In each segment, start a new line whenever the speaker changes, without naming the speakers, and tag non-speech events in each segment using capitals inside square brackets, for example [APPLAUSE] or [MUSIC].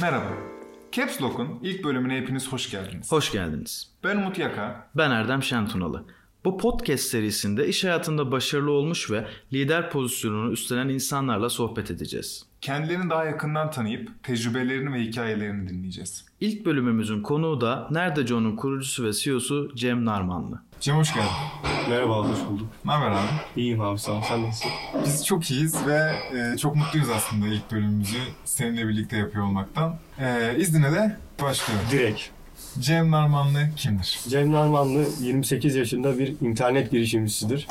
Merhaba. Caps Lock'un ilk bölümüne hepiniz hoş geldiniz.
Hoş geldiniz.
Ben Umut Yaka.
Ben Erdem Şentunalı. Bu podcast serisinde iş hayatında başarılı olmuş ve lider pozisyonunu üstlenen insanlarla sohbet edeceğiz.
Kendilerini daha yakından tanıyıp tecrübelerini ve hikayelerini dinleyeceğiz.
İlk bölümümüzün konuğu da Nerede John'un kurucusu ve CEO'su Cem Narmanlı.
Cem hoş geldin.
Merhaba, hoş bulduk.
Ne haber abi?
İyiyim abi, sağ ol. Sen nasılsın?
Biz çok iyiyiz ve e, çok mutluyuz aslında ilk bölümümüzü seninle birlikte yapıyor olmaktan. E, iznine de başlıyorum.
Direkt.
Cem Narmanlı kimdir?
Cem Narmanlı 28 yaşında bir internet girişimcisidir.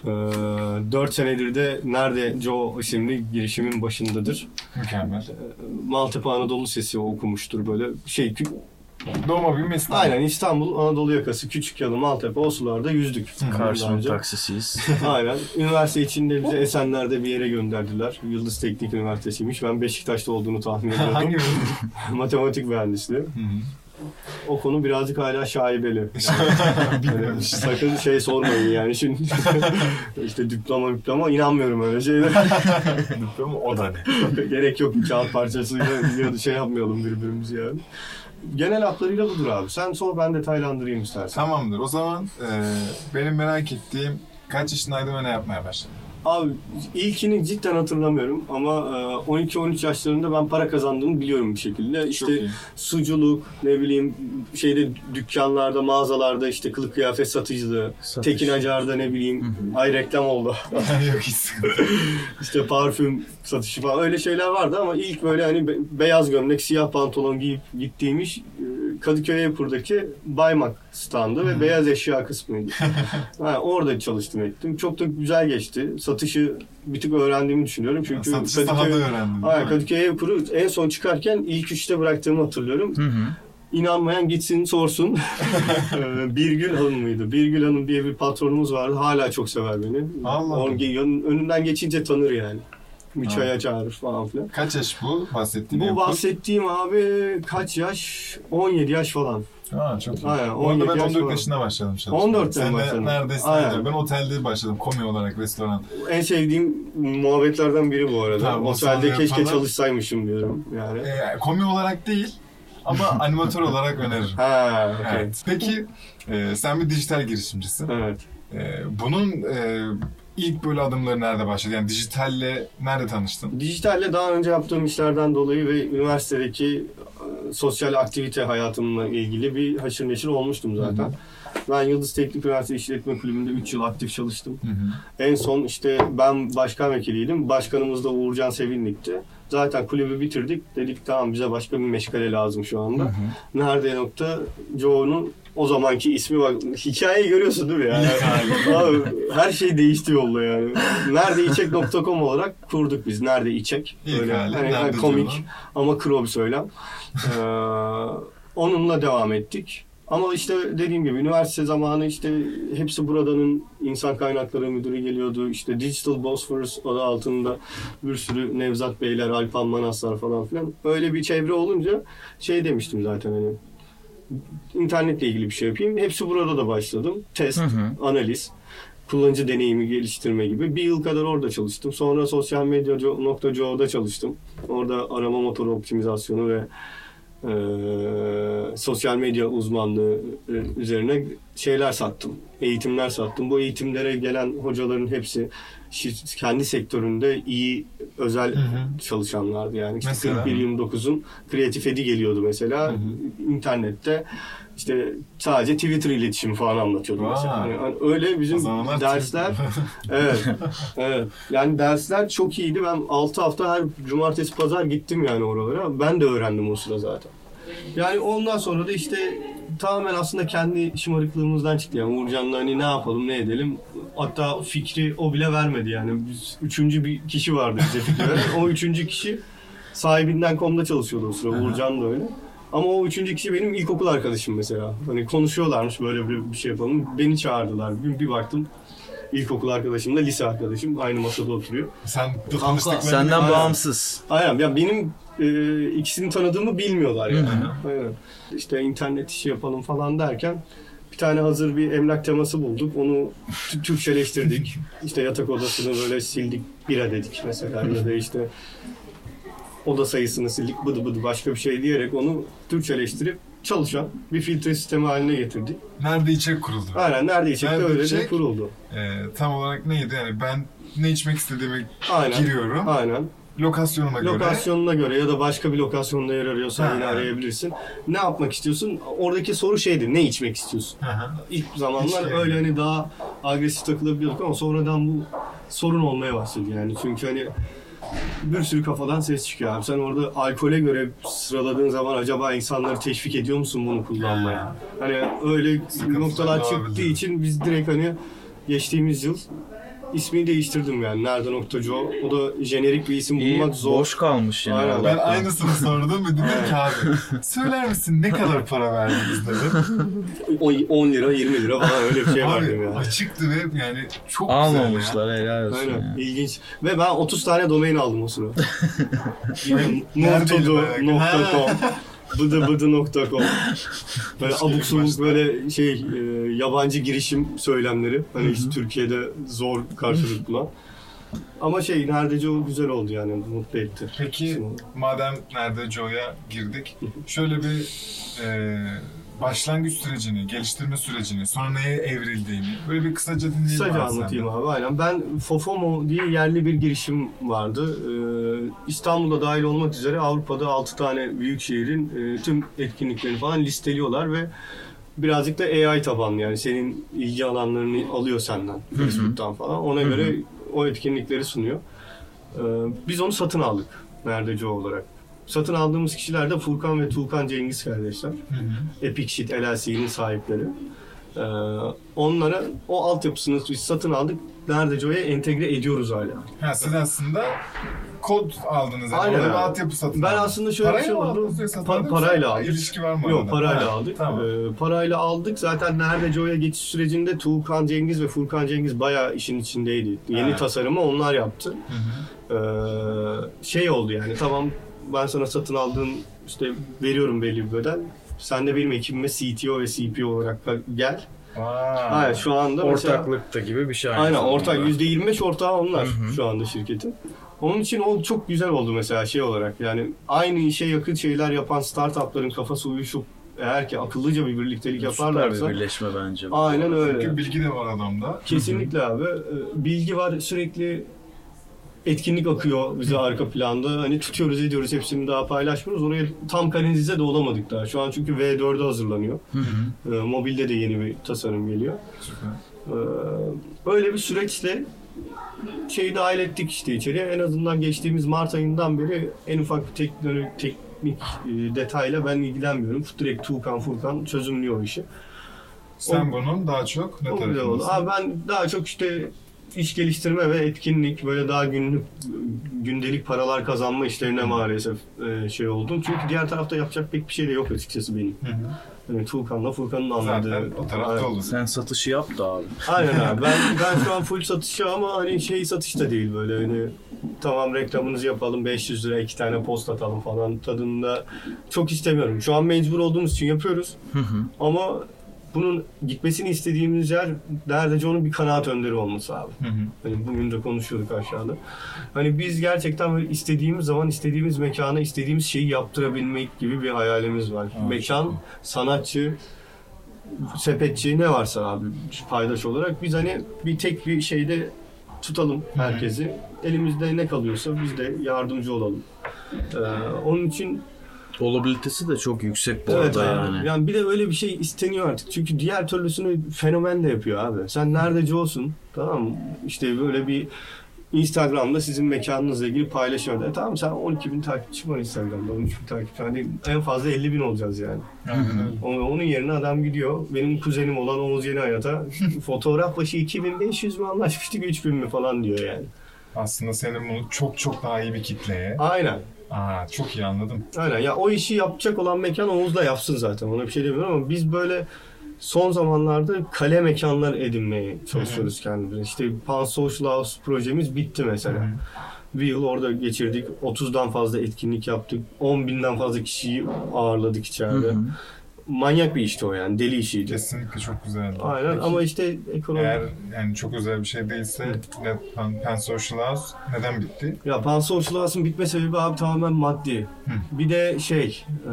Ee, 4 senedir de Nerede Joe isimli girişimin başındadır.
Mükemmel.
Maltepe Anadolu Sesi okumuştur böyle şey. kü-
Doğma büyüme İstanbul.
Aynen İstanbul Anadolu yakası küçük yalı Maltepe o sularda yüzdük.
Karsu'nun
Yıllarca.
taksisiyiz.
[LAUGHS] Aynen. Üniversite içinde bizi Esenler'de bir yere gönderdiler. Yıldız Teknik Üniversitesi'ymiş. Ben Beşiktaş'ta olduğunu tahmin [LAUGHS] ediyordum.
Hangi bölüm?
Matematik mühendisliği.
[LAUGHS]
O konu birazcık hala şaibeli. Yani
Bilmemiş.
sakın şey sormayın yani şimdi [LAUGHS] işte diploma diploma inanmıyorum öyle şeylere. [LAUGHS]
Diploma o da ne?
Gerek yok bir kağıt parçasıyla ya da şey yapmayalım birbirimizi yani. Genel hatlarıyla budur abi. Sen sor ben detaylandırayım istersen.
Tamamdır. O zaman e, benim merak ettiğim kaç yaşındaydın ve ne yapmaya başladın?
Abi ilkini cidden hatırlamıyorum ama e, 12-13 yaşlarında ben para kazandığımı biliyorum bir şekilde.
Çok
İşte
iyi.
suculuk, ne bileyim şeyde dükkanlarda, mağazalarda işte kılık kıyafet satıcılığı,
Satış.
Tekin Acar'da ne bileyim, ay reklam oldu.
Yok hiç sıkıntı yok.
İşte parfüm satışı falan öyle şeyler vardı ama ilk böyle hani be- beyaz gömlek, siyah pantolon giyip gittiğim iş e, Kadıköy Vapur'daki Baymak standı ve beyaz eşya kısmıydı.
[LAUGHS]
ha, orada çalıştım ettim. Çok da güzel geçti. Satışı bir tık öğrendiğimi düşünüyorum. Çünkü
Satışı daha da
Kadıköy-
öğrendim.
Aynen, Kadıköy Vapur'u en son çıkarken ilk üçte bıraktığımı hatırlıyorum.
Hı hı.
İnanmayan
[LAUGHS]
gitsin sorsun. Ee, Birgül Hanım mıydı? Birgül Hanım diye bir patronumuz vardı. Hala çok sever beni.
Allah.
Onun ge- yön- önünden geçince tanır yani. Bir
Ha.
çaya çağırır falan filan.
Kaç yaş bu bahsettiğin
Bu
yapı?
bahsettiğim abi kaç yaş? 17 yaş falan.
Aa, çok iyi.
Aynen,
Bu arada
17
ben
yaş
14
falan.
yaşında başladım çalışmaya.
14'ten
Sen de
başladın.
neredeyse
Aynen.
aynı. Ben otelde başladım. Komi olarak restoran.
En sevdiğim muhabbetlerden biri bu arada.
Tamam,
Otelde
sonra
keşke
yapalım.
çalışsaymışım diyorum yani.
Ee, komi olarak değil
[LAUGHS]
ama animatör olarak öneririm.
Ha, okey. Evet.
Evet. Peki e, sen bir dijital girişimcisin. E, bunun e, ilk böyle adımları nerede başladı? Yani dijitalle nerede tanıştın?
Dijitalle daha önce yaptığım işlerden dolayı ve üniversitedeki e, sosyal aktivite hayatımla ilgili bir haşır neşir olmuştum zaten. Ben Yıldız Teknik Üniversitesi İşletme Kulübü'nde 3 yıl aktif çalıştım.
Hı hı.
En son işte ben başkan vekiliydim. Başkanımız da Uğurcan Sevinlik'ti. Zaten kulübü bitirdik. Dedik tamam bize başka bir meşgale lazım şu anda. Nerede nokta Joe'nun o zamanki ismi bak hikayeyi görüyorsun değil mi ya? Abi, her şey değişti yolla yani. Neredeiçek.com olarak kurduk biz. Nerede içek?
İlk
Böyle
hali,
hani
nerede
komik
diyorlar?
ama kro bir söylem. Ee, onunla devam ettik. Ama işte dediğim gibi üniversite zamanı işte hepsi buradanın insan kaynakları müdürü geliyordu. İşte Digital Bosphorus adı altında bir sürü Nevzat Beyler, Alpan Manaslar falan filan. Öyle bir çevre olunca şey demiştim zaten hani internetle ilgili bir şey yapayım. Hepsi burada da başladım. Test,
Hı hı.
analiz, kullanıcı deneyimi geliştirme gibi. Bir yıl kadar orada çalıştım. Sonra sosyal medya.co'da çalıştım. Orada arama motoru optimizasyonu ve eee, sosyal medya uzmanlığı e, üzerine şeyler sattım. Eğitimler sattım. Bu eğitimlere gelen hocaların hepsi şir- kendi sektöründe iyi özel
Hı hı.
çalışanlardı yani. İşte
Mesela?
4129'un kreatif edi geliyordu mesela.
Hı
internette işte sadece Twitter iletişimi falan anlatıyordu
Vay.
mesela. Hani- hani öyle
O
bizim
zamanlar
dersler evet, evet. Yani dersler çok iyiydi. Ben 6 hafta her cumartesi pazar gittim yani oralara. Ben de öğrendim o sıra zaten. Yani ondan sonra da işte tamamen aslında kendi şımarıklığımızdan çıktı. Yani Uğurcan'la hani ne yapalım ne edelim. Hatta fikri o bile vermedi yani. Biz, üçüncü bir kişi vardı bize fikri veren. O üçüncü kişi sahibinden komda çalışıyordu o sıra. Uğurcan da öyle. Ama o üçüncü kişi benim ilkokul arkadaşım mesela. Hani konuşuyorlarmış böyle bir, bir şey yapalım. Beni çağırdılar. Bir, bir baktım ilkokul arkadaşımla lise arkadaşım aynı masada oturuyor.
Sen tanıştık ve
Senden
Aynen.
bağımsız.
Aynen ya benim e, ikisini tanıdığımı bilmiyorlar yani. Aynen. İşte internet işi yapalım falan derken Bir tane hazır bir emlak teması bulduk. Onu t- Türkçeleştirdik. işte yatak odasını böyle sildik. Bira dedik mesela ya da işte oda sayısını sildik bıdı bıdı başka bir şey diyerek onu Türkçeleştirip çalışan bir filtre sistemi haline getirdik.
Nerede içecek kuruldu?
Aynen neredeyse
Nerede
de öyle de
içecek?
kuruldu.
Ee, tam olarak neydi yani ben ne içmek istediğime
Aynen.
giriyorum.
Aynen.
Lokasyonuma
Lokasyonuna göre ya da başka bir lokasyonda yer arıyorsan
Ha.
yine arayabilirsin. Ne yapmak istiyorsun? Oradaki soru şeydi ne içmek istiyorsun?
göre. Aha.
İlk zamanlar
İşte.
öyle hani daha agresif takılabiliyorduk ama sonradan bu sorun olmaya başladı yani. Çünkü hani bir sürü kafadan ses çıkıyor abi. Sen orada alkole göre sıraladığın zaman acaba insanları teşvik ediyor musun bunu kullanmaya? Hani öyle
Sıkıntılar
noktalar çıktığı
doğabilir.
için biz direkt hani geçtiğimiz yıl ismini değiştirdim yani. Nerede noktacı o? O da jenerik bir isim
İyi,
bulmak zor.
boş kalmış yani.
Aynen.
Ben
Allah'tan.
[LAUGHS]
aynısını sordum ve dedim ki abi söyler misin ne kadar para verdiniz
[LAUGHS]
dedim.
O 10 lira 20 lira falan öyle bir şey verdim
abi
yani.
açıktı ve yani çok güzel ya.
Almamışlar helal olsun.
Aynen
yani.
ilginç. Ve ben 30 tane domain aldım
[LAUGHS]
o sırada.
Neredeydi bayağı?
Nurtudu.com
[LAUGHS]
bıdı bıdı nokta com. Böyle abuk subuk böyle şey e, yabancı girişim söylemleri. Hani işte Türkiye'de zor
[LAUGHS]
karşılık bulan. Ama şey neredeyse o güzel oldu yani mutlu etti.
Peki madem nerede Joe'ya girdik şöyle bir e, başlangıç sürecini, geliştirme sürecini, sonra neye evrildiğini böyle bir kısaca dinleyelim.
Kısaca
abi senden.
anlatayım abi aynen. Ben Fofomo diye yerli bir girişim vardı. Ee, İstanbul'da dahil olmak üzere Avrupa'da 6 tane büyük şehrin e, tüm etkinliklerini falan listeliyorlar ve birazcık da AI tabanlı yani senin ilgi alanlarını alıyor senden Facebook'tan falan. Ona göre o etkinlikleri sunuyor. Ee, biz onu satın aldık neredeyse olarak. Satın aldığımız kişiler de Furkan ve Tuğkan Cengiz kardeşler.
Hı hı.
Epic Shit LLC'nin sahipleri. Ee, onlara o altyapısını biz satın aldık. Nerede Joy'a entegre ediyoruz hala.
Ha, siz aslında kod aldınız. Yani
Aynen
Orada bir
abi.
altyapı satın
Ben
aldınız.
aslında şöyle bir
parayla
şey
mı
oldu.
aldınız yoksa
Pa-
satın aldınız?
parayla aldık.
İlişki var mı
Yok
arada?
parayla
Ha,
aldık.
Tamam.
Ee, parayla aldık. Zaten Nerede Joy'a geçiş sürecinde Tuğkan Cengiz ve Furkan Cengiz bayağı işin içindeydi. Yeni
Evet.
tasarımı onlar yaptı.
Hı hı.
Ee, şey oldu yani tamam ben sana satın aldığım işte veriyorum belli bir bedel. Sen de benim ekibime CTO ve CPO olarak gel.
Vay.
Hayır şu anda mesela-
Ortaklıkta gibi bir şey. aynı
Aynen
zamanda.
ortak %25 ortağı onlar şu anda şirketin. Onun için o çok güzel oldu mesela şey olarak yani aynı işe yakın şeyler yapan startupların kafası uyuşup eğer ki akıllıca bir birliktelik
Süper
yaparlarsa
bir birleşme bence. bu.
aynen öyle.
Çünkü bilgi de var adamda.
Kesinlikle abi Ee, bilgi var sürekli etkinlik akıyor bize arka planda. Hani tutuyoruz ediyoruz hepsini daha paylaşmıyoruz. Oraya tam kanalize de olamadık daha. Şu an çünkü V4'e hazırlanıyor.
Hı hı.
Ee, mobilde de yeni bir tasarım geliyor.
Süper.
Ee, Böyle bir süreçle şeyi dahil ettik işte içeriye. En azından geçtiğimiz Mart ayından beri en ufak bir teknolojik teknik e, detayla ben ilgilenmiyorum. Direkt Tuğkan Furkan çözümlüyor o işi.
Sen bunun daha çok ne
O güzel oldu.
tarafındasın?
Abi ben daha çok işte iş geliştirme ve etkinlik böyle daha günlük gündelik paralar kazanma işlerine maalesef e, şey oldum. Çünkü diğer tarafta yapacak pek bir şey de yok açıkçası benim.
Hı hı.
Yani Tuğkan'la Furkan'ın anladığı.
Zaten o tarafta oldu.
Sen satışı yap da abi.
Aynen abi. Ben, ben şu an full satışa ama hani şey satış da değil böyle hani tamam reklamınızı yapalım 500 lira iki tane post atalım falan tadında çok istemiyorum. Şu an mecbur olduğumuz için yapıyoruz ama bunun gitmesini istediğimiz yer neredeyse onun bir kanaat önderi olması abi.
Hı hı.
Hani bugün de konuşuyorduk aşağıda. Hani biz gerçekten böyle istediğimiz zaman istediğimiz mekana istediğimiz şeyi yaptırabilmek gibi bir hayalimiz var.
Evet.
Mekan, sanatçı, sepetçi ne varsa abi paydaş olarak biz hani bir tek bir şeyde tutalım herkesi. Elimizde ne kalıyorsa biz de yardımcı olalım. Ee, onun için
Olabilitesi de çok yüksek bu
Evet
arada
abi.
yani.
Yani. bir de böyle bir şey isteniyor artık. Çünkü diğer türlüsünü fenomen de yapıyor abi. Sen neredeci olsun tamam mı? İşte böyle bir Instagram'da sizin mekanınızla ilgili paylaşıyorlar. E tamam sen 12 bin takipçi var Instagram'da. 13 bin takipçi var değil. En fazla 50 bin olacağız yani.
Aynen öyle.
Onun, onun yerine adam gidiyor. Benim kuzenim olan Oğuz Yeni Hayat'a fotoğraf başı 2500 mi anlaşmıştık 3000 mi falan diyor yani.
Aslında senin bunu çok çok daha iyi bir kitleye.
Aynen.
Aa, çok iyi anladım.
Aynen ya o işi yapacak olan mekan Oğuz'la yapsın zaten ona bir şey demiyorum ama biz böyle son zamanlarda kale mekanlar edinmeye çalışıyoruz kendimize. İşte Pan Social House projemiz bitti mesela. Bir yıl orada geçirdik. [LAUGHS] 30'dan fazla etkinlik yaptık. 10 binden fazla kişiyi ağırladık içeride. manyak bir işti o yani. Deli işiydi.
Kesinlikle çok güzeldi.
Aynen
Peki,
ama işte ekonomi...
eğer yani çok özel bir şey değilse ne, Pan, Pan Social House neden bitti?
Ya pansosyalasın bitme sebebi abi tamamen maddi. Bir de şey e,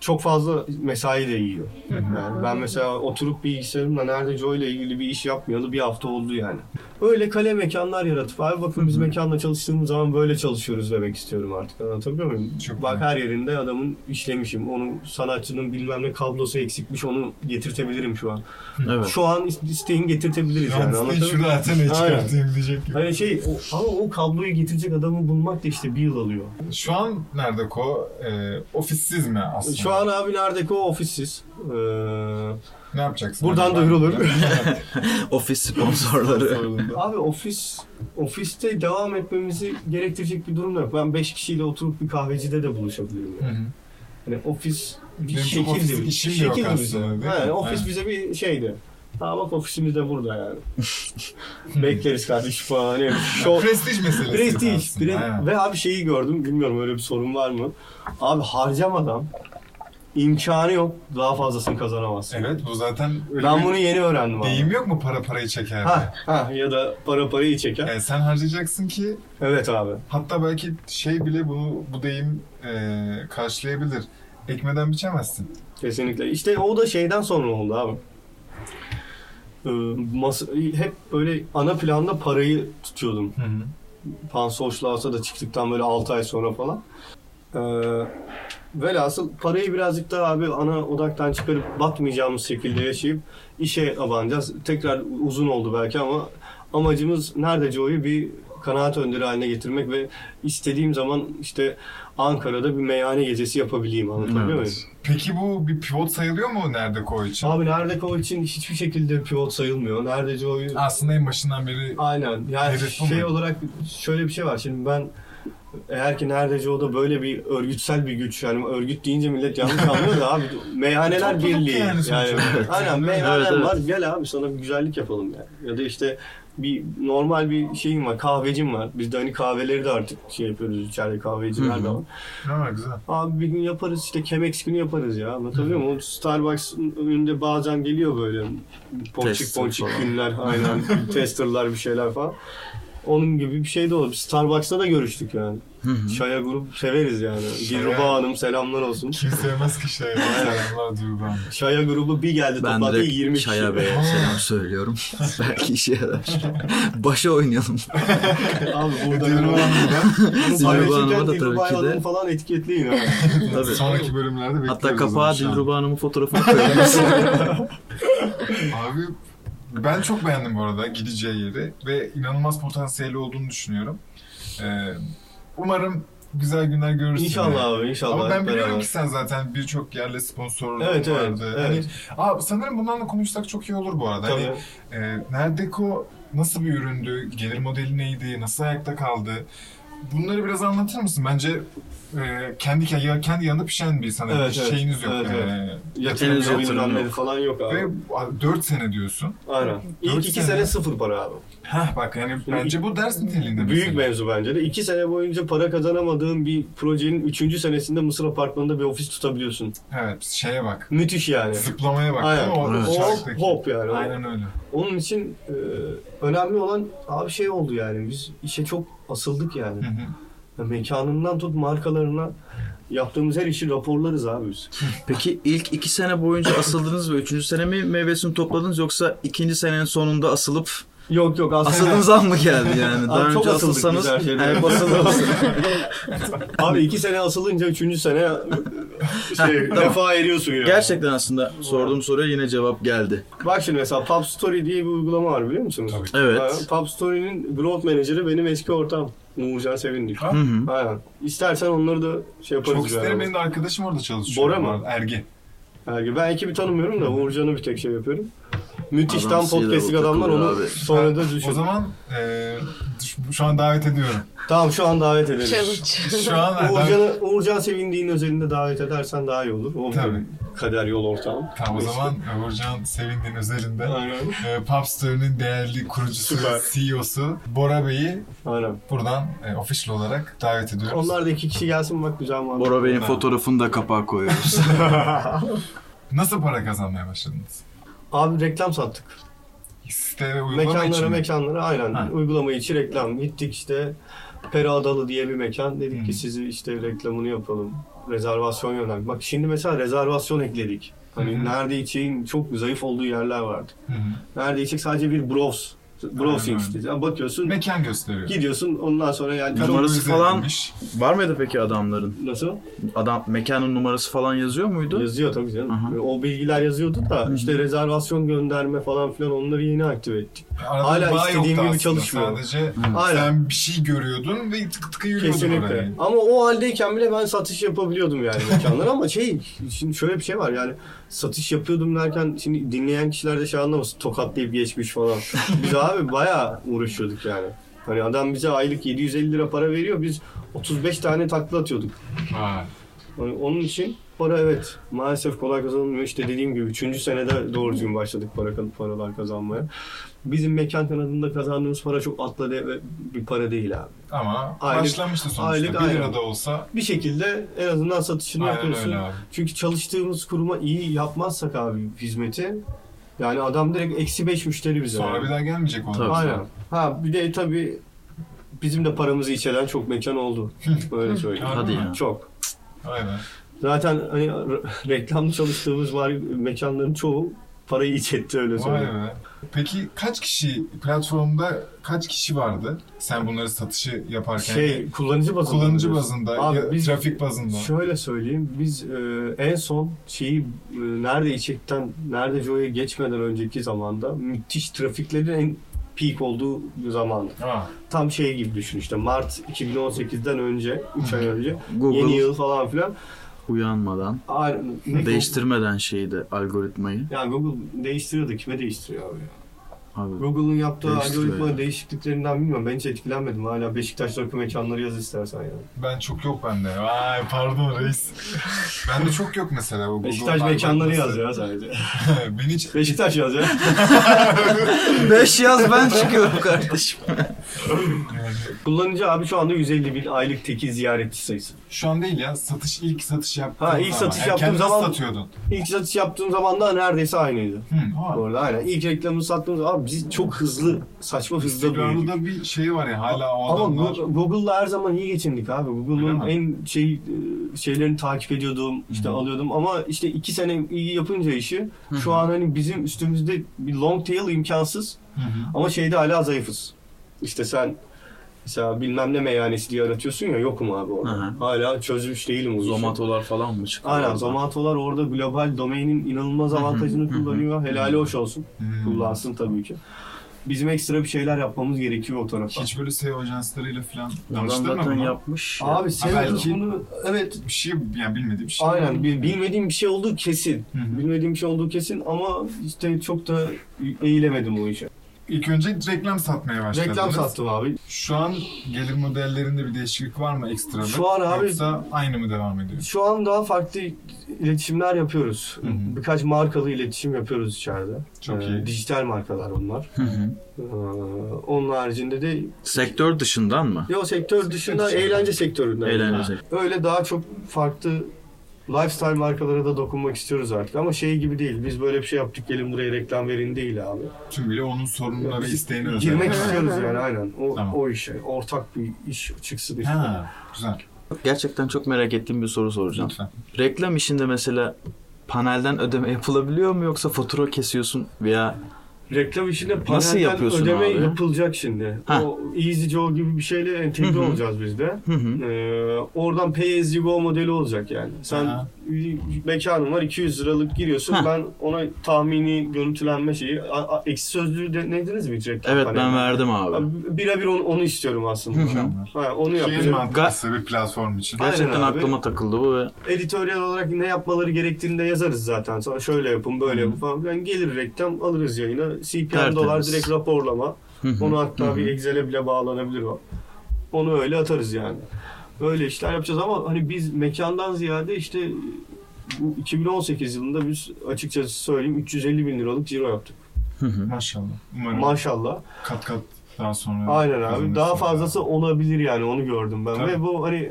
çok fazla mesai de yiyor. Yani ben mesela oturup bilgisayarımla nerede Joy ile ilgili bir iş yapmayalı bir hafta oldu yani. Öyle kale mekanlar yaratıp abi bakın biz mekanla çalıştığımız zaman böyle çalışıyoruz demek istiyorum artık. Anlatabiliyor muyum?
Çok
Bak
iyi.
her yerinde adamın işlemişim. Onun sanatçının bilmem ne kablosu eksikmiş onu getirtebilirim şu an.
Evet.
Şu an isteğin getirtebiliriz yani.
Yani
anlatabiliyor muyum?
şurada zaten ne
şey Aynen.
çıkartayım diyecek gibi.
Hani şey o- ama o kabloyu getirecek adamı bulmak da işte bir yıl alıyor.
Şu an nerede Ko? Ee, ofissiz mi aslında?
Şu an abi nerede ki o ofissiz. Ee,
ne yapacaksın? Hani
Buradan
Ben-
duyurulur.
Ofis
[LAUGHS]
sponsorları.
abi ofis ofiste devam etmemizi gerektirecek bir durum da yok. Ben 5 kişiyle oturup bir kahvecide de buluşabilirim.
Hı
Yani.
hı.
Hani ofis bir
Benim çok
şekildi.
ofis işim de yok aslında,
bize.
değil mi?
Ha, ofis
Ha.
bize bir şeydi. Ha bak ofisimiz de
[LAUGHS]
burada yani. Bekleriz kardeşim falan. Hani şov,
Prestij meselesi.
Prestij.
aslında,
Pre-
aynen.
Ve abi şeyi gördüm. Bilmiyorum öyle bir sorun var mı? Abi harcamadan imkanı yok. Daha fazlasını kazanamazsın.
Evet bu zaten öyle
Ben
bir
bunu yeni öğrendim abi.
deyim yok mu para parayı çeker?
Ha, ha ya da para parayı çeker.
Yani sen harcayacaksın ki
Evet abi.
hatta belki şey bile bunu bu deyim e, karşılayabilir. Ekmeden biçemezsin.
Kesinlikle. İşte o da şeyden sonra oldu abi. Ee, mas- hep böyle ana planda parayı tutuyordum.
Hı hı.
Pansoşlarsa da çıktıktan böyle 6 ay sonra falan. Ee, velhasıl parayı birazcık daha abi ana odaktan çıkarıp batmayacağımız şekilde yaşayıp işe abanacağız. Tekrar uzun oldu belki ama amacımız nerede Joe'yu bir kanaat önderi haline getirmek ve istediğim zaman işte Ankara'da bir meyhane gecesi yapabileyim anlatabiliyor
Evet.
muyum?
Peki bu bir pivot sayılıyor mu nerede koy için?
Abi nerede kol için hiçbir şekilde pivot sayılmıyor. Nerede Joe'yu
Aslında en başından beri
Aynen. Yani
Hedef bu
şey
mu?
olarak şöyle bir şey var. Şimdi ben eğer ki neredeyse o da böyle bir örgütsel bir güç yani örgüt deyince millet yanlış anlıyor da abi meyhaneler
Topluluk
birliği.
yani
Yani,
sonuç olarak.
aynen meyhanen
Evet, evet.
var gel abi sana bir güzellik yapalım yani. Ya da işte bir normal bir şeyim var kahvecim var. Biz de hani kahveleri de artık şey yapıyoruz içeride kahveciler de var.
ne var güzel.
Abi bir gün yaparız işte Chemex günü yaparız ya. Anlatabiliyor muyum? O Starbucks'ın önünde bazen geliyor böyle ponçik
Tester
ponçik
falan.
günler. Aynen.
[LAUGHS]
Testerlar bir şeyler falan. Onun gibi bir şey de olur. Biz Starbucks'ta da görüştük yani. Şaya grup severiz yani.
Şaya-
Dilruba Hanım selamlar olsun.
Kim sevmez ki
[LAUGHS]
şey. Selamlar Duygu
Şaya grubu bir geldi
Ben
toplantıya
direkt
20 kişi.
Şaya Bey'e selam söylüyorum. [LAUGHS] Belki işe yarar. [LAUGHS] Başa oynayalım.
[LAUGHS] Abi burada
Dilruba
Dilruba
Dilruba Hanım'a
Hanım'a
da
da
tabii ki de.
falan etiketleyin abi.
Hanım. Sonraki bölümlerde bekliyoruz.
Hatta
o
kapağa
zaman şu an.
Dilruba Hanım'ın fotoğrafını koyalım.
Abi ben çok beğendim bu arada gideceği yeri ve inanılmaz potansiyeli olduğunu düşünüyorum. Ee, umarım güzel günler görürsün.
İnşallah
yani.
abi inşallah.
Ama ben
hep
biliyorum
beraber.
ki sen zaten birçok yerle sponsorluğun
Evet, evet,
vardı.
evet.
Hani, abi sanırım bunlarla konuşsak çok iyi olur bu arada.
Tabii.
Hani, e, Nerdeko nasıl bir üründü, gelir modeli neydi, nasıl ayakta kaldı? Bunları biraz anlatır mısın? Bence e, kendi ya kendi yanında pişen bir sanat
Evet, evet.
şeyiniz yok.
Evet,
E,
Yatırım
Henüz yatırım
bilmem ne
yok.
falan yok abi.
Ve 4 sene diyorsun.
Aynen. İlk
Dört
iki
sene.
sene sıfır para abi.
Heh bak yani bence bu ders niteliğinde.
Büyük
mesela.
mevzu bence de. İki sene boyunca para kazanamadığın bir projenin üçüncü senesinde Mısır apartmanında bir ofis tutabiliyorsun.
Evet şeye bak.
Müthiş
[LAUGHS]
yani.
Zıplamaya bak.
Aynen.
değil mi? O
Evet.
Hop,
uçaktaki.
hop yani.
Aynen öyle.
Onun için e, önemli olan abi şey oldu yani biz işe çok asıldık yani.
Hı hı.
Mekanından tut markalarına yaptığımız her işi raporlarız abi biz.
[LAUGHS] Peki ilk iki sene boyunca asıldınız ve üçüncü sene mi meyvesini topladınız yoksa ikinci senenin sonunda asılıp
[LAUGHS] yok yok aslında.
asıldığınız an mı geldi yani? Daha
Abi çok
önce
asıldık
asılsanız
biz her şeyden.
hep
[LAUGHS]
asıldınız.
Abi iki sene asılınca üçüncü sene
[LAUGHS]
şey,
tamam.
refaha eriyorsun yani.
Gerçekten aslında sorduğum soruya yine cevap geldi.
Bak şimdi mesela Pub Story diye bir uygulama var biliyor musunuz?
Tabii.
Evet.
Pub Story'nin growth menajeri benim eski ortam. Uğurcan Sevindik.
Ha?
Hı hı.
Aynen. İstersen onları da şey yaparız.
Çok isterim
beraber.
benim de arkadaşım orada çalışıyor.
Bora mı?
Bu arada, Ergi.
Yani ben ekibi tanımıyorum da Uğurcan'ı bir tek şey yapıyorum. Müthiş
Adam
tam
sinirler
podcast'lik
oldu,
adamlar onu
takılıyor abi.
sonra da
O
düşün.
zaman e, düş- şu an davet ediyorum.
Tamam şu an davet edelim.
Şu an
Uğurcan'ı, Uğurcan Sevindiğin özelinde davet edersen daha iyi olur. O
Tabii.
kader yol ortağım.
Tamam o zaman Uğurcan Sevindi'nin üzerinden
Aynen.
e, Popster'ın değerli kurucusu,
Süper.
CEO'su Bora Bey'i
Aynen.
buradan e, official olarak davet ediyoruz.
Onlar da iki kişi gelsin bak güzel muhabbet.
Bora Bey'in fotoğrafını da kapağa koyuyoruz.
Nasıl para kazanmaya başladınız?
Abi reklam sattık.
Site ve uygulama için
Mekanlara
mi?
mekanlara aynen.
Ha.
Uygulama içi reklam. Gittik işte Peri Adalı diye bir mekan. Dedik
Hmm.
ki sizi işte reklamını yapalım. Rezervasyon yönlendik. Bak şimdi mesela rezervasyon ekledik. Hani
Hı hı.
nerede içeyim çok zayıf olduğu yerler vardı.
Hı hı.
Nerede içecek sadece bir browse. Browsing
Aynen.
işte. Yani bakıyorsun
Mekan gösteriyor.
gidiyorsun ondan sonra yani
Numara- Numarası
Çok
falan-
izlenmiş.
Var mıydı peki adamların?
nasıl?
Adam mekanın numarası falan yazıyor muydu?
Yazıyor tabii canım.
Aha.
O bilgiler yazıyordu da
hı.
işte rezervasyon gönderme falan filan onları yeni aktive ettik.
Arada
Hala
bir bağ
istediğim
yoktu
gibi
aslında.
çalışmıyor.
Sadece
Aynen.
sen bir şey görüyordun ve tık tıkı yürüyordun
Kesinlikle.
oraya.
Ama o haldeyken bile ben satış yapabiliyordum yani mekanlara ama şey şimdi şöyle bir şey var yani satış yapıyordum derken şimdi dinleyen kişiler de şey anlamasın tokatlayıp geçmiş falan. Biz abi bayağı uğraşıyorduk yani. Hani adam bize aylık 750 lira para veriyor biz 35 tane takla atıyorduk.
Vay.
Hani onun için para evet maalesef kolay kazanılmıyor. İşte dediğim gibi 3. senede doğru düzgün başladık para paralar kazanmaya. Bizim mekan kanadında kazandığımız para çok atla de- bir para değil abi.
Ama
Aylık-
başlamıştı sonuçta.
aylık
1
aynen.
lira da olsa
Bir şekilde en azından satışını
aynen
yapıyorsun.
öyle abi.
Çünkü çalıştığımız kuruma iyi yapmazsak abi hizmeti yani adam direkt eksi 5 müşteri bize.
Sonra bir daha gelmeyecek onlar.
Tabii.
Aynen. Ha bir de tabii bizim de paramızı içeren çok
[LAUGHS]
mekan oldu. Böyle söyleyeyim.
Hadi ya.
Çok.
Aynen.
Zaten hani re- reklamlı çalıştığımız var mekanların çoğu parayı içetti öyle
Vay
söyleyeyim.
be. Peki kaç kişi platformda kaç kişi vardı? Sen bunları satışı yaparken
Şey kullanıcı bazında.
kullanıcı
diyorsun.
bazında,
Abi
ya,
biz-
trafik bazında.
Şöyle söyleyeyim biz e, en son şeyi e, nerede içekten nerede Joy'a geçmeden önceki zamanda müthiş trafiklerin en peak olduğu zamandı.
Ha,
Tam şey gibi düşün işte Mart 2018'den önce 3
[LAUGHS]
ay önce
Google
yeni yıl falan filan.
uyanmadan,
Aynen. Ne Google-
değiştirmeden şeydi algoritmayı.
Yani Google değiştiriyor da kime değiştiriyor abi ya?
Abi [LAUGHS]
Google'ın yaptığı
Değiştiriyor
algoritma
yani.
değişikliklerinden bilmiyorum. Ben hiç etkilenmedim. Hala Beşiktaş'ta rakı mekanları yaz istersen yani.
ben çok yok bende. Vay pardon reis. ben de çok yok mesela bu Google
Beşiktaş
Algoritması.
mekanları yaz
[LAUGHS]
ya sadece.
Beni hiç
Beşiktaş yaz ya.
5 yaz ben çıkıyorum kardeşim.
Kullanıcı abi şu anda 150 bin aylık teki ziyaretçi sayısı.
şu an değil ya. Satış ilk satış yaptığın
Ha, ilk
zaman.
satış
Yani
yaptığım
kendin
zaman-
satıyordun.
İlk satış yaptığım zaman da neredeyse aynıydı.
Hı, ha.
Bu arada aynen. İlk reklamını sattığımız zaman abi biz çok hızlı, saçma hızda büyüdük.
Instagram'da bir şey var ya hala o
Ama
adamlar.
Go- Google'la her zaman iyi geçindik abi. Google'ın
Öyle
en şey e, şeylerini takip ediyordum, işte alıyordum ama işte iki sene iyi yapınca işi şu an hani bizim üstümüzde bir long tail imkansız
Hı hı.
ama şeyde hala zayıfız. İşte sen mesela bilmem ne meyhanesi diye aratıyorsun ya yokum abi
Hı
orada.
hı.
Hala çözmüş değilim o işi.
Zomatolar falan mı çıkıyor?
Aynen
oradan?
Zomato'lar orada global domainin inanılmaz avantajını kullanıyor. Helali hoş olsun.
Hmm.
Kullansın tabii ki. Bizim ekstra bir şeyler yapmamız gerekiyor o tarafa.
Hiç böyle SEO ajanslarıyla falan
Adam
tanıştın mı?
zaten
bunu?
yapmış.
şey
ya.
Abi
Ha,
sen
belki.
bunu evet
Bir şey yani bilmediğim bir şey.
aynen bil- bilmediğim bir şey olduğu kesin.
Hı hı.
Bilmediğim bir şey olduğu kesin ama işte çok da eğilemedim o işe.
İlk önce reklam satmaya başladınız.
Reklam sattım abi.
Şu an gelir modellerinde bir değişiklik var mı ekstra? mı?
Şu an abi-
Yoksa aynı mı devam ediyor?
Şu an daha farklı iletişimler yapıyoruz.
Hı hı.
Birkaç markalı iletişim yapıyoruz içeride.
Çok
Ee,
iyi.
Dijital markalar onlar.
Hı hı.
Ee, onun haricinde de
Sektör dışından mı?
Yo sektör dışında
Sektör.
eğlence sektöründen.
Eğlence
Ha.
sektörü.
Öyle daha çok farklı lifestyle markalara da dokunmak istiyoruz artık. Ama şey gibi değil. Biz böyle bir şey yaptık gelin buraya reklam verin değil abi.
Tüm bile onun sorununa ve
Biz
isteğine özel.
Girmek istiyoruz yani aynen. O,
Tamam.
o işe. Ortak bir iş çıksın işte.
Ha, güzel.
Gerçekten çok merak ettiğim bir soru soracağım.
Lütfen.
Reklam işinde mesela panelden ödeme yapılabiliyor mu yoksa fatura kesiyorsun veya
Reklam işinde
Nasıl
panelden
yapıyorsun
ödeme
abi?
yapılacak şimdi.
Ha.
O Easy Joe gibi bir şeyle entegre
Hı hı.
olacağız biz de.
Hı hı.
Ee, oradan pay as you go modeli olacak yani. Sen
Aha.
mekanın var 200 liralık giriyorsun.
Heh.
Ben ona tahmini görüntülenme şeyi a- a- eksi sözlüğü denediniz mi hiç reklam
Evet
panelinde?
ben verdim abi.
Abi, Birebir onu, onu istiyorum aslında.
Hı hı.
Mükemmel.
Ha, onu
Şeyin
yapacağım.
mantıklısı bir platform için.
Aynen
Gerçekten
abi.
aklıma takıldı bu ve
Editoryal olarak ne yapmaları gerektiğini de yazarız zaten. Sonra şöyle yapın, böyle yapın falan. filan. gelir reklam alırız yayına. CPM
Tertemiz.
dolar direkt raporlama.
Hı hı.
Onu hatta bir Excel'e bile bağlanabilir o. Onu öyle atarız yani. Böyle işler yapacağız ama hani biz mekandan ziyade işte bu 2018 yılında biz açıkçası söyleyeyim 350 bin liralık ciro yaptık.
Hı hı.
Maşallah. Umarım
Maşallah.
kat kat daha sonra.
Aynen abi.
kazanırsın.
Daha fazlası olabilir yani onu gördüm ben.
Tabii.
Ve bu hani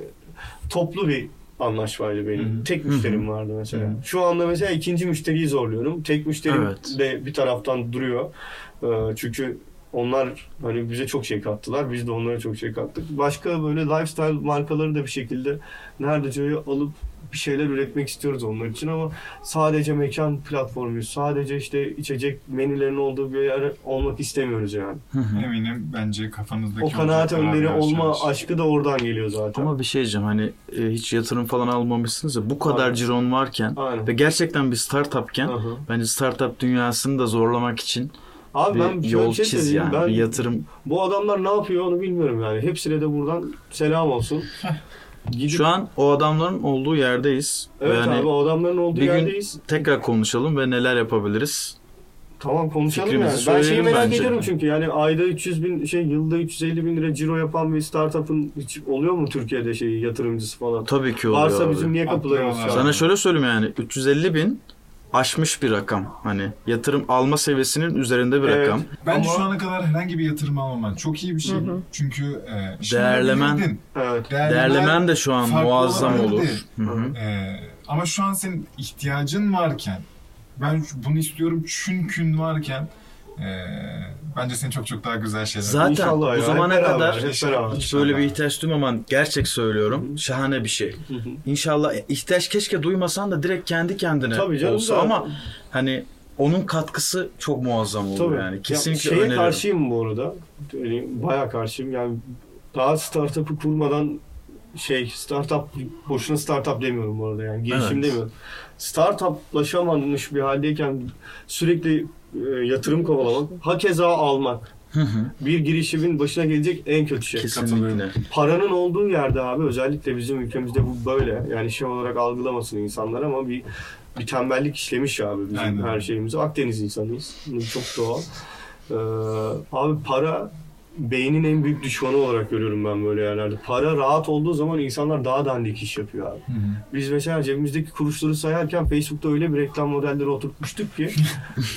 toplu bir anlaşmaydı benim.
Hı hı.
Tek müşterim vardı mesela.
Hı
Şu anda mesela ikinci müşteriyi zorluyorum. Tek müşterim
Evet.
de bir taraftan duruyor. Ee, çünkü onlar hani bize çok şey kattılar. Biz de onlara çok şey kattık. Başka böyle lifestyle markaları da bir şekilde neredeyse alıp bir şeyler üretmek istiyoruz onlar için ama sadece mekan platformu, sadece işte içecek menülerin olduğu bir yer olmak istemiyoruz yani.
Hı hı.
Eminim bence kafanızdaki
O kanaat
olacaklar
önderi
yavaş
olma
yavaş.
aşkı da oradan geliyor zaten.
Ama bir şey diyeceğim hani e, hiç yatırım falan almamışsınız ya bu kadar
Aynen.
ciron varken
Aynen.
ve gerçekten bir startupken
Hı hı.
bence startup dünyasını da zorlamak için
Abi ben
bir
şöyle
yol
bir şey
çiz
söyleyeyim.
yani
Ben,
bir yatırım.
bu adamlar ne yapıyor onu bilmiyorum yani. Hepsine de buradan selam olsun.
[LAUGHS]
Gidip,
Şu an o adamların olduğu yerdeyiz. Ve
evet
hani
abi o adamların olduğu
bir gün-
yerdeyiz.
tekrar konuşalım ve neler yapabiliriz.
Tamam konuşalım
Fikrimizi
yani. Ben şeyi
söyleyelim
merak
bence.
ediyorum çünkü yani ayda 300 bin şey yılda 350 bin lira ciro yapan bir startup'ın hiç oluyor mu Türkiye'de şey yatırımcısı falan?
Tabii ki oluyor.
Varsa
abi.
bizim niye kapılarımız
Atlıyorlar.
çalıyor?
Sana şöyle söyleyeyim yani 350 bin aşmış bir rakam. Hani yatırım alma seviyesinin üzerinde bir
Evet.
rakam.
Bence
Ama-
şu ana kadar herhangi bir yatırım almaman çok iyi bir şey.
Hı hı.
Çünkü e, şimdi
Değerlemen-
bildin.
Evet.
Değerlemen de şu an
farklı
muazzam
olabilir.
olur. Hı hı.
Ee, ama şu an senin ihtiyacın varken, ben şu- bunu istiyorum çünkün varken, ee, bence senin çok çok daha güzel şeyler.
Zaten
İnşallah
bu
ya.
zamana
Hep beraber,
kadar
hep beraber.
hiç böyle bir ihtiyaç duymaman gerçek söylüyorum. Şahane bir şey.
Hı hı.
İnşallah ihtiyaç keşke duymasan da direkt kendi kendine
Tabii canım
olsa
da-
ama hani onun katkısı çok muazzam olur
Tabii.
yani.
Ya
Kesinlikle
şeye
öneririm.
karşıyım bu arada. Yani bayağı karşıyım. Yani daha startup'ı kurmadan şey startup boşuna startup demiyorum bu arada yani girişim
Evet.
demiyorum. Startuplaşamamış bir haldeyken sürekli e, yatırım kovalamak, hakeza almak
Hı hı.
bir girişimin başına gelecek en kötü şey.
Kesinlikle.
Paranın olduğu yerde abi özellikle bizim ülkemizde bu böyle. Yani şey olarak algılamasın insanlar ama bir bir tembellik işlemiş abi bizim
Aynen.
her şeyimizi. Akdeniz insanıyız. Bu çok doğal. Ee, abi para beynin en büyük düşmanı olarak görüyorum ben böyle yerlerde. Para rahat olduğu zaman insanlar daha dandik iş yapıyor abi.
Hı hı.
Biz mesela cebimizdeki kuruşları sayarken Facebook'ta öyle bir reklam modelleri oturtmuştuk ki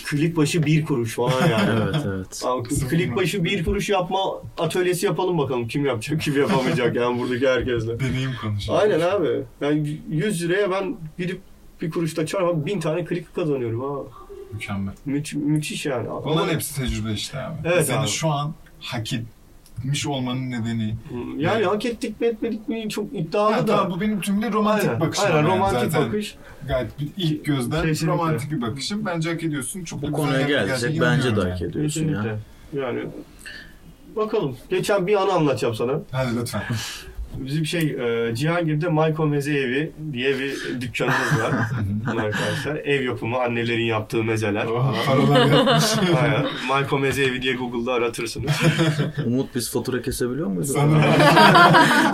klik başı bir kuruş falan yani.
Evet evet.
Abi,
Sıfır
klik
mı?
başı bir kuruş yapma atölyesi yapalım bakalım. Kim yapacak, kim yapamayacak yani buradaki herkesle.
Deneyim konuşalım.
Aynen abi. Yani 100 liraya ben gidip bir kuruşta çarpıp bin tane klik kazanıyorum ha.
Mükemmel.
Müth- müthiş yani.
Bunların hepsi tecrübe işte abi.
Evet
Senin
abi.
şu an hak etmiş olmanın nedeni.
Yani hak ettik mi etmedik mi çok iddialı
Ha,
da.
tamam, bu benim tümle romantik
Aynen,
bakışım.
Aynen
yani.
romantik
Zaten
bakış.
Gayet bir ilk gözden
Kesinlikle.
romantik bir bakışım. Bence hak ediyorsun. Çok da
Bu
güzel
konuya
yerlere
gelecek
geldiğine
bence de
inanıyorum
hak
yani.
ediyorsun ya.
Kesinlikle. Yani bakalım. Geçen bir anı anlatacağım sana.
Hadi lütfen.
[LAUGHS]
Bizim şey e, Cihangir'de Mayko Meze Evi diye bir dükkanımız var. Bunlar arkadaşlar. Ev yapımı annelerin yaptığı mezeler.
Oh, Paralar yapmış.
Aynen. Mayko Meze Evi diye Google'da aratırsınız.
Umut biz fatura kesebiliyor muyuz?
Sanırım.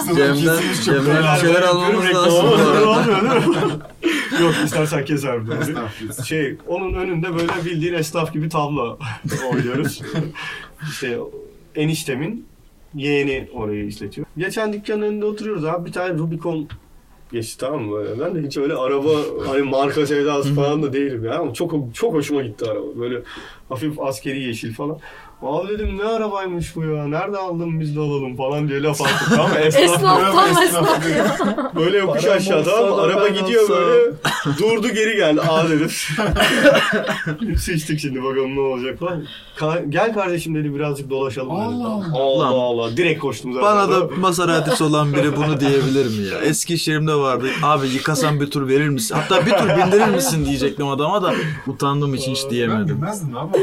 Sanırım
Cem'den,
kesilmiş çok
Cem'den bir
fena.
şeyler almamız
Görüm
lazım. bu
reklamı [LAUGHS]
arada.
olmuyor değil mi? Yok istersen keser bunu.
Estağfurullah.
Şey, onun önünde böyle bildiğin esnaf gibi tablo [LAUGHS] oynuyoruz. işte eniştemin yeğeni orayı işletiyor. Geçen dükkanın önünde oturuyoruz abi. Bir tane Rubicon geçti tamam mı böyle. Ben de hiç öyle araba hani marka sevdası falan da değilim ya ama çok çok hoşuma gitti araba. Böyle hafif askeri yeşil falan. Abi dedim ne arabaymış bu ya? Nerede aldın biz de alalım falan diye laf attım. Tamam
[LAUGHS]
mı? esnaf,
Esnaf
böyle-
tam esnaf ya.
Böyle yokuş
Param
aşağıda
olsa
ama
da
araba
ben
gidiyor
olsam.
böyle. Durdu geri geldi. Aa dedim.
[LAUGHS]
Seçtik şimdi bakalım ne olacak falan. Ka- gel kardeşim dedi birazcık dolaşalım dedi.
Allah Allah.
Allah
Lan.
Allah. Direkt koştum zaten.
Bana da Maseratis olan biri bunu diyebilir mi ya? Eski şehrimde vardı. Abi yıkasan bir tur verir misin? Hatta bir tur bindirir misin diyecektim adama da utandığım için hiç
Ben
diyemedim.
bilmezdim abi.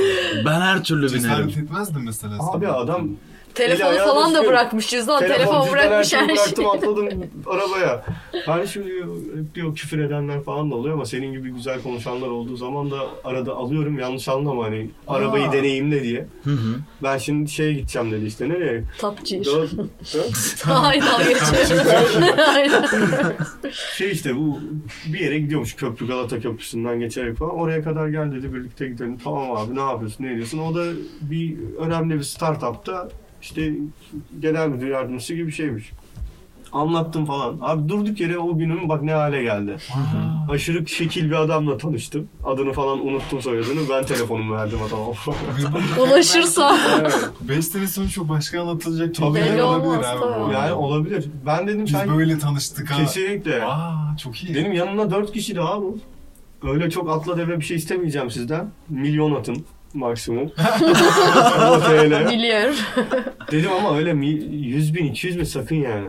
Ben her türlü binerim.
Cesaret etmezdim mesela.
Abi
sana.
adam
Telefonu
Eli
falan da
ayağına
bırakmış cüzdan. Telefon
cüzdan, her
bırakmış
şeyi
her şey.
bıraktım
şeyi.
atladım arabaya. Kardeşim diyor, hep diyor küfür edenler falan da oluyor ama senin gibi güzel konuşanlar olduğu zaman da arada alıyorum yanlış anlama hani arabayı
Aa.
deneyimle diye.
Hı hı.
Ben şimdi şeye gideceğim dedi işte nereye?
Tapçı.
Gal-
[LAUGHS] Hayır hayır. Aynen.
şey işte bu bir yere gidiyormuş köprü Galata Köprüsü'nden geçerek falan. Oraya kadar gel dedi birlikte gidelim. Tamam abi ne yapıyorsun ne ediyorsun. O da bir önemli bir startupta işte genel müdür yardımcısı gibi bir şeymiş. Anlattım falan. Abi durduk yere o günüm bak ne hale geldi. Aşırı şekil bir adamla tanıştım. Adını falan unuttum soyadını. Ben telefonumu verdim adama. [LAUGHS]
Ve bu
Ulaşırsa.
evet.
5 sene sonra çok başka anlatılacak çok
Belli
şeyler olabilir
olmaz,
abi
tabii.
bu
Yani
arada.
olabilir. Ben dedim
Biz
sen
böyle tanıştık ha.
kesinlikle.
Aa çok iyi.
Benim yanımda dört kişi daha bu. Öyle çok atla deve bir şey istemeyeceğim sizden. Milyon atın maksimum. O TL.
Biliyorum.
Dedim ama öyle mi, 100 bin 200 bin sakın yani.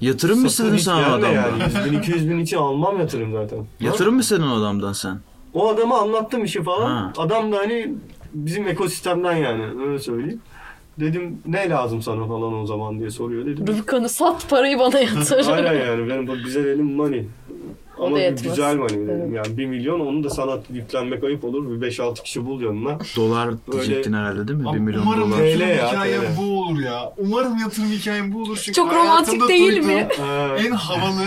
Yatırım mı istedin sen o adamdan?
Yani. 100 bin 200 bin için almam yatırım zaten.
Yatırım mı istedin o adamdan sen?
O adama anlattım işi falan.
Ha.
Adam da hani bizim ekosistemden yani öyle söyleyeyim. Dedim ne lazım sana falan o zaman diye soruyor dedim.
Rubiconu sat parayı bana yatır. [LAUGHS]
Aynen yani benim bu bize dedim money.
O
Ama
da
bir
yetmez.
güzel money dedim. Yani 1 milyon onu da sana yüklenmek ayıp olur. Bir 5-6 kişi bul
[LAUGHS]
yanına.
Dolar
Öyle-
diyecektin herhalde değil mi?
Abi
1 milyon
umarım
dolar.
yatırım
TL ya,
hikayem
TL.
bu olur ya. Umarım yatırım hikayem bu olur. Çünkü
Çok
hayatımda
romantik değil
duyduğum
mi?
Ee,
En
[LAUGHS]
havalı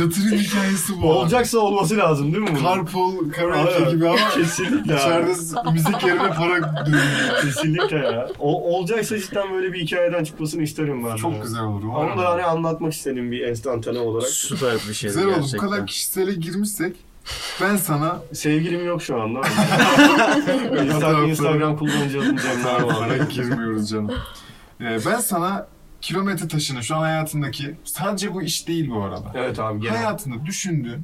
yatırım hikayesi bu. Olacak.
olacaksa olması lazım değil mi? bunun?
Karpol, karaoke
Aynen.
gibi ama
[LAUGHS] Kesinlikle.
içeride
abi.
müzik yerine para dönüyor.
Kesinlikle ya. O, olacaksa cidden böyle bir hikayeden çıkmasını isterim ben. de.
Çok güzel olur. umarım.
Onu da hani anlatmak istedim bir enstantane olarak.
Süper bir şeydi
Güzel oldu. Bu
gerçekten.
kadar kişisele girmişsek ben sana
Sevgilim yok şu
[LAUGHS]
anda.
Fotoğrafları-
Instagram, Instagram kullanıcı adım Cem
[LAUGHS]
Narvan.
Oraya girmiyoruz canım. Ee, ben sana kilometre taşını şu an hayatındaki sadece bu iş değil bu arada.
Evet abi gel.
Hayatında düşündüğün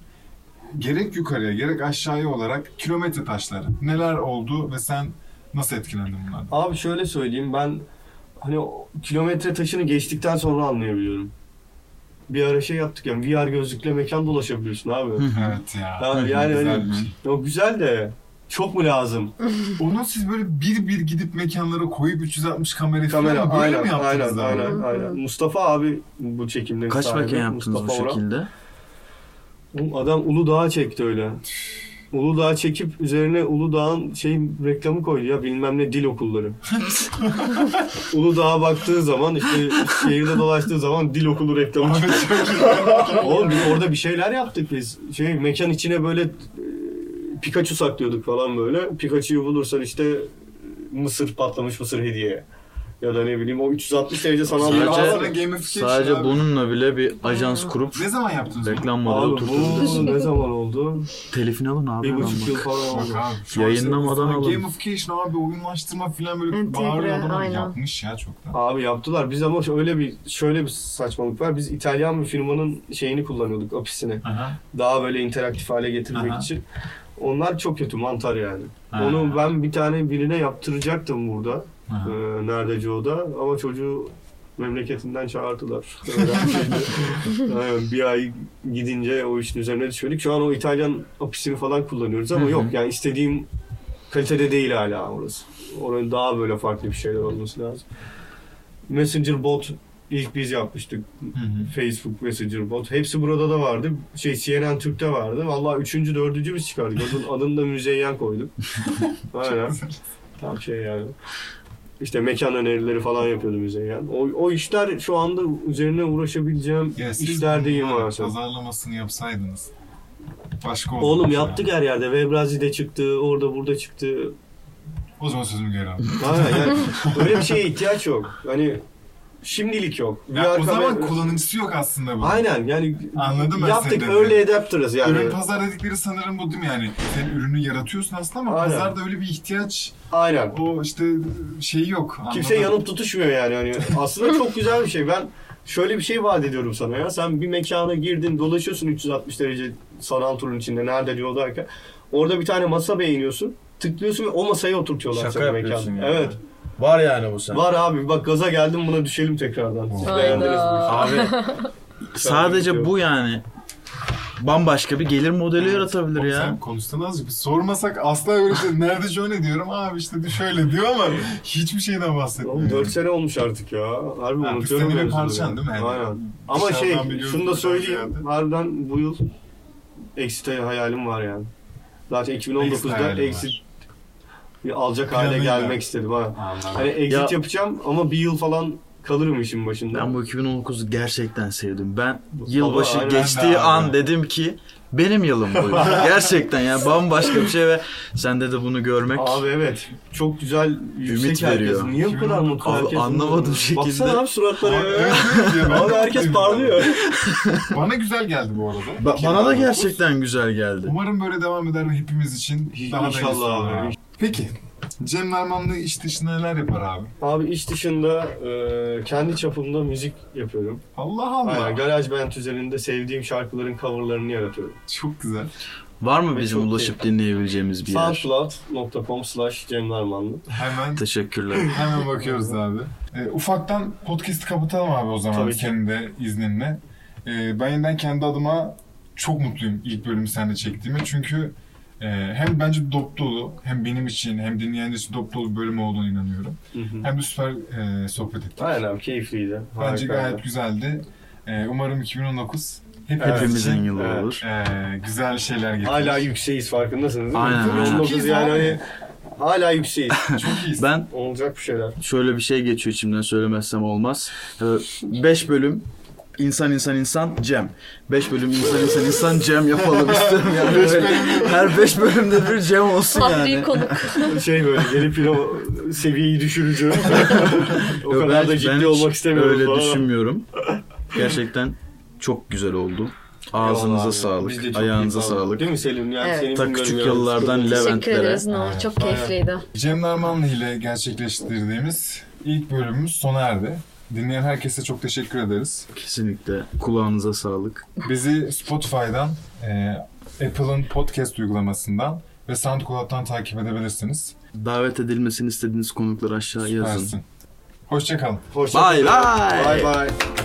gerek yukarıya gerek aşağıya olarak kilometre taşları neler oldu ve sen nasıl etkilendin bunlardan?
Abi şöyle söyleyeyim ben hani o kilometre taşını geçtikten sonra anlayabiliyorum. Bir ara şey yaptık ya VR gözlükle mekan dolaşabiliyorsun abi.
Evet ya.
Abi yani
Güzel
hani
bir şey.
o güzel de çok mu lazım?
Onu siz böyle bir bir gidip mekanlara koyup 360 kamera falan
Kamera
böyle
aynen
mi yaptınız
aynen
abi?
aynen, aynen. Mustafa abi bu çekimde
Kaç mekan yaptınız bu şekilde?
Adam Uludağ'a çekti öyle. Uludağ'a çekip üzerine Uludağ'ın şey reklamı koydu ya bilmem ne
[LAUGHS]
dil okulları. Uludağ'a baktığı zaman işte şehirde dolaştığı zaman dil okulu reklamı çıktı. Oğlum biz orada bir şeyler yaptık biz. Şey mekan içine böyle e, Pikachu saklıyorduk falan böyle. Pikachu'yu bulursan işte e, mısır patlamış mısır hediye. Ya da ne bileyim o 360 derece sanal bir
Sadece-
alan.
Sadece, gamification
Sadece
abi.
bununla bile bir ajans kurup
Ne zaman yaptınız bunu?
reklam modeli
Abi bu
oturtabiliriz.
ne zaman oldu?
Telifini alın abi.
Bir
hemen
buçuk
bak.
yıl falan oldu.
Bak abi, şu
Yayınlamadan
an
alalım.
Gamification abi oyunlaştırma falan böyle
Entegre,
bağırıyor adamlar
aynen.
yapmış ya çoktan.
Abi yaptılar. Biz ama öyle bir şöyle bir saçmalık var. Biz İtalyan bir firmanın şeyini kullanıyorduk apisini.
Aha.
Daha böyle interaktif hale getirmek
Aha.
için. Onlar çok kötü mantar yani.
Ha.
Onu ben bir tane birine yaptıracaktım burada.
Aha.
Ee, neredeci o da. Ama çocuğu memleketinden çağırdılar.
[LAUGHS]
Öğrenciydi. Aynen, bir ay gidince o işin üzerine düşmedik. Şu an o İtalyan apisini falan kullanıyoruz ama
Hı hı.
yok yani istediğim kalitede değil hala orası. Oranın daha böyle farklı bir şeyler olması lazım. Messenger bot ilk biz yapmıştık.
Hı hı.
Facebook Messenger bot. Hepsi burada da vardı. Şey CNN Türk'te vardı. Vallahi üçüncü, dördüncü biz çıkardık. Adın,
[LAUGHS]
adını da Müzeyyen koyduk. Aynen. Tam şey yani. İşte mekan önerileri falan yapıyordu Müzeyyen. O, o işler şu anda üzerine uğraşabileceğim
Ya siz
işler değil
bunun
maalesef.
Pazarlamasını yapsaydınız. Başka şey. olurdu.
Oğlum yaptık her yerde. Webrazi'de çıktı, orada burada çıktı.
O zaman sözümü geri aldım. [LAUGHS]
Aynen yani öyle bir şeye ihtiyaç yok. Hani şimdilik yok.
Ya
VR
o zaman
kamera-
kullanıcısı yok aslında bu.
Aynen yani
Anladım ben seni
yaptık
dediğini.
early adapter'ız yani.
Ürün pazar dedikleri sanırım bu değil mi yani? Sen ürünü yaratıyorsun aslında ama
Aynen.
pazarda öyle bir ihtiyaç,
Aynen.
o işte şey yok.
Kimse
Anladım.
yanıp tutuşmuyor yani. Hani aslında çok güzel bir şey. Ben şöyle bir şey vaat ediyorum sana ya. Sen bir mekana girdin, dolaşıyorsun 360 derece sanal turun içinde nerede diyor derken. Orada bir tane masa beğeniyorsun. Tıklıyorsun ve o masaya oturtuyorlar
Şaka
seni
yapıyorsun
mekanda.
yani.
Evet.
Var yani bu sen.
Var abi bak gaza geldim buna düşelim tekrardan. Siz
Hayda.
beğendiniz bu işi.
Abi
[LAUGHS] Sadece bu yani bambaşka bir gelir modeli yaratabilir
Oğlum
ya.
Sen konuştan azıcık bir sormasak asla öyle şey. Nerede Johnny diyorum abi işte bir şöyle diyor ama hiçbir şeyden
Oğlum
bahsetmiyor.
4 sene olmuş artık ya. Harbi
Ha, bu
unutuyorum.
senin bir
mevzuları.
parçan değil mi? Yani
Aynen. Ama şey
dışarıdan biliyoruz
şunu da
bu
söyleyeyim.
ziyade.
Harbiden bu yıl Exit'e hayalim var yani. Zaten
Exit
2019'da
hayalim
Exit bir alacak hale
Planıyla.
gelmek istedim ha.
Anladım.
Hani exit
Ya-
yapacağım ama bir yıl falan Kalırım işin başında.
Ben bu 2019'u gerçekten sevdim. Ben yılbaşı
Baba, aynen
ben de
geçtiği
abi.
an dedim ki benim yılım
[LAUGHS]
bu. gerçekten yani bambaşka bir şey ve sende de bunu görmek.
Abi evet. Çok güzel yüksek
Ümit
herkes.
veriyor.
Niye bu kadar mutlu
Abi
herkes?
anlamadım
Baksana
şekilde.
abi suratlara.
Evet,
ya.
evet
[LAUGHS]
ya, ben
Abi
de [LAUGHS]
herkes
mutluyum.
parlıyor.
Bana güzel geldi bu arada.
Ba- bana da
2019.
gerçekten güzel geldi.
Umarım böyle devam eder ve hepimiz için daha da iyisi
İnşallah
olur.
abi.
Peki. Cem Narmanlı iş dışında neler yapar abi?
Abi iş dışında e, kendi çapımda müzik yapıyorum.
Allah Allah.
Aynen Garaj Band üzerinde sevdiğim şarkıların coverlarını yaratıyorum.
Çok güzel.
Var mı
Ve
bizim
çok
ulaşıp dinleyebileceğimiz bir yer?
Soundcloud.com slash Cem Narmanlı.
Hemen
Teşekkürler.
hemen bakıyoruz abi. Ee, ufaktan podcast'i kapatalım abi o zaman
Tabii ki.
kendi de izninle. Ee, ben yeniden kendi adıma çok mutluyum ilk bölümü seninle çektiğime. Çünkü e, hem bence dop dolu hem benim için hem dinleyenler için dop dolu bir bölüm olduğunu inanıyorum.
Hı hı.
Hem de süper e, sohbet ettik.
Aynen abi keyifliydi.
Bence
Harikaydı.
gayet güzeldi. Ee, umarım 2019 hepimiz
Hepimizin
için
yılı
[LAUGHS] Evet.
olur.
e, güzel şeyler getirir.
Hala yükseğiz farkındasınız değil mi?
Aynen, aynen.
2019
Çok iyiyiz
yani
abi.
hani
[LAUGHS]
hala yükseğiz.
çok iyiyiz.
Ben
Olacak bir şeyler.
şöyle bir şey geçiyor içimden söylemezsem olmaz. 5 bölüm insan insan insan Cem. 5 bölüm insan insan insan Cem yapalım istiyorum yani.
Beş
Böyle her 5 bölümde bir Cem olsun
Fahri
yani.
konuk.
Şey böyle gelip yine o
[LAUGHS]
seviyeyi düşürücü. o
Yok,
kadar
ben-
da
ben
ciddi
hiç
olmak istemiyorum.
Öyle
falan.
düşünmüyorum. Gerçekten çok güzel oldu. Ağzınıza
Eyvallah abi. Biz de
sağlık,
çok
ayağınıza
keyif aldık.
sağlık.
Değil mi Selim? Yani
Evet.
senin
Ta
bilmiyorum
küçük
yani.
yıllardan
Teşekkür
Leventlere.
ederiz Noah. Çok
Aynen.
keyifliydi.
Cem Narmanlı ile gerçekleştirdiğimiz ilk bölümümüz sona erdi. Dinleyen herkese çok teşekkür ederiz.
Kesinlikle kulağınıza sağlık.
Bizi Spotify'dan, e, Apple'ın podcast uygulamasından ve SoundCloud'dan takip edebilirsiniz.
Davet edilmesini istediğiniz konukları aşağı yazın.
Süpersin. Hoşçakalın.
Hoşça
Bye
kalın.
bye.
Bye bye.